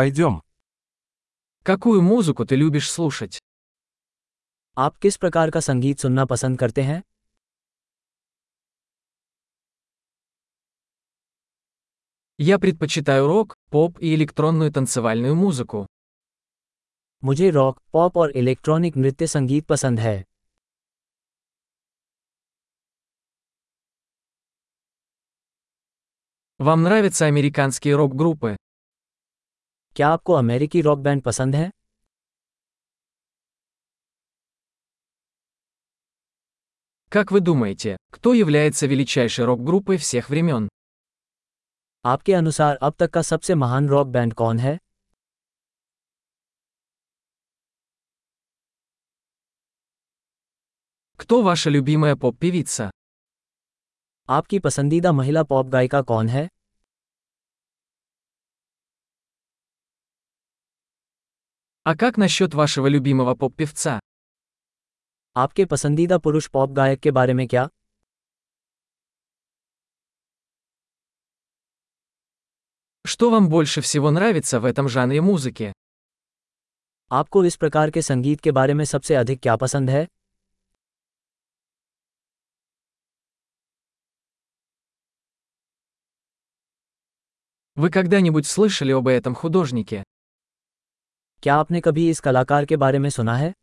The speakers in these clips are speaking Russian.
Пойдем. Какую музыку ты любишь слушать? आप किस प्रकार का संगीत सुनना पसंद करते हैं Я предпочитаю рок, поп и электронную танцевальную музыку. मुझे रॉक पॉप और इलेक्ट्रॉनिक नृत्य संगीत पसंद है Вам нравятся американские рок-группы? क्या आपको अमेरिकी रॉक बैंड पसंद है Как вы думаете, кто является величайшей рок-группой всех времен? आपके अनुसार अब तक का सबसे महान रॉक बैंड कौन है Кто ваша любимая поп-певица? आपकी पसंदीदा महिला पॉप गायिका कौन है А как насчет вашего любимого поп-певца? आपके पसंदीदा पुरुष पॉप गायक के बारे में क्या Что вам больше всего нравится в этом жанре музыки? आपको इस प्रकार के संगीत के बारे में सबसे अधिक क्या पसंद है Вы когда-нибудь слышали об этом художнике? क्या आपने कभी इस कलाकार के बारे में सुना है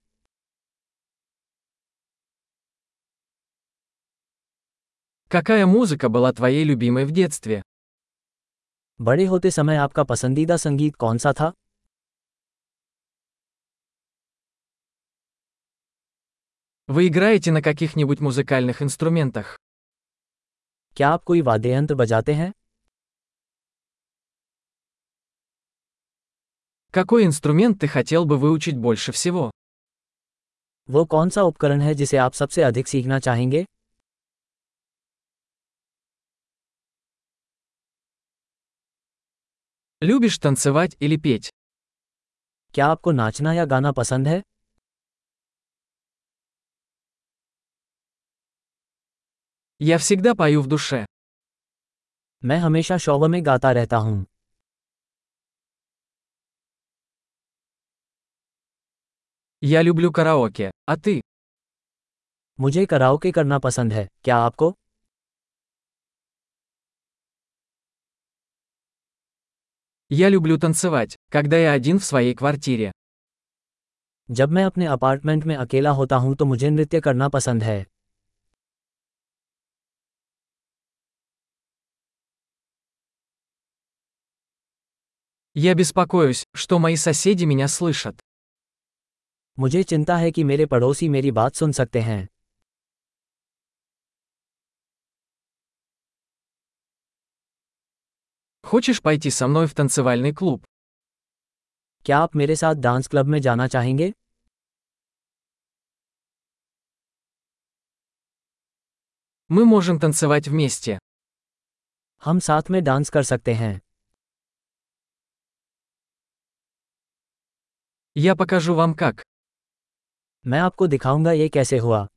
Какая музыка была твоей любимой в детстве? बड़े होते समय आपका पसंदीदा संगीत कौन सा था Вы играете на каких-нибудь музыкальных инструментах? क्या आप कोई वाद्य यंत्र बजाते हैं Какой инструмент ты хотел бы выучить больше всего? वो कौन सा उपकरण है जिसे आप सबसे अधिक सीखना चाहेंगे Любишь танцевать или петь? क्या आपको नाचना या गाना पसंद है Я всегда пою в душе. मैं हमेशा शोव में गाता रहता हूँ Я люблю караоке. А ты? मुझे कराओके करना पसंद है क्या आपको Я люблю танцевать, когда я один в своей квартире. जब मैं अपने अपार्टमेंट में अकेला होता हूँ तो मुझे नृत्य करना पसंद है Я беспокоюсь, что мои соседи меня слышат. मुझे चिंता है कि मेरे पड़ोसी मेरी बात सुन सकते हैं Хочешь пойти со мной в танцевальный клуб? क्या आप मेरे साथ डांस क्लब में जाना चाहेंगे Мы можем танцевать вместе. हम साथ में डांस कर सकते हैं Я покажу вам как. मैं आपको दिखाऊंगा ये कैसे हुआ